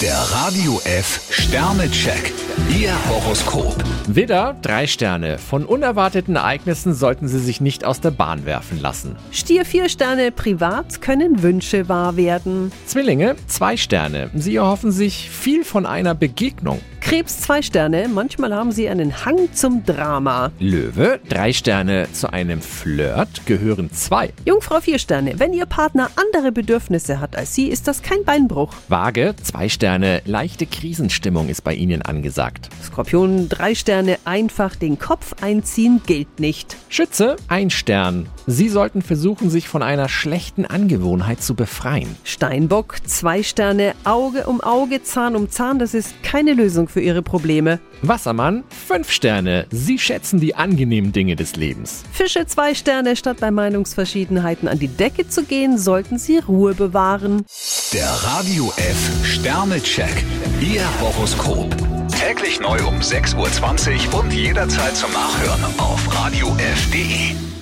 Der Radio F Sternecheck. Ihr Horoskop. Widder, drei Sterne. Von unerwarteten Ereignissen sollten Sie sich nicht aus der Bahn werfen lassen. Stier vier Sterne privat können Wünsche wahr werden. Zwillinge, zwei Sterne. Sie erhoffen sich viel von einer Begegnung. Krebs zwei Sterne, manchmal haben sie einen Hang zum Drama. Löwe, drei Sterne. Zu einem Flirt gehören zwei. Jungfrau vier Sterne, wenn ihr Partner andere Bedürfnisse hat als sie, ist das kein Beinbruch. Waage, zwei Sterne. Leichte Krisenstimmung ist bei Ihnen angesagt. Skorpion drei Sterne, einfach den Kopf einziehen gilt nicht. Schütze, ein Stern. Sie sollten versuchen, sich von einer schlechten Angewohnheit zu befreien. Steinbock zwei Sterne, Auge um Auge, Zahn um Zahn, das ist keine Lösung für ihre Probleme. Wassermann, fünf Sterne. Sie schätzen die angenehmen Dinge des Lebens. Fische zwei Sterne, statt bei Meinungsverschiedenheiten an die Decke zu gehen, sollten sie Ruhe bewahren. Der Radio F Sternecheck. Ihr Horoskop. Täglich neu um 6.20 Uhr und jederzeit zum Nachhören auf Radio radiof.de.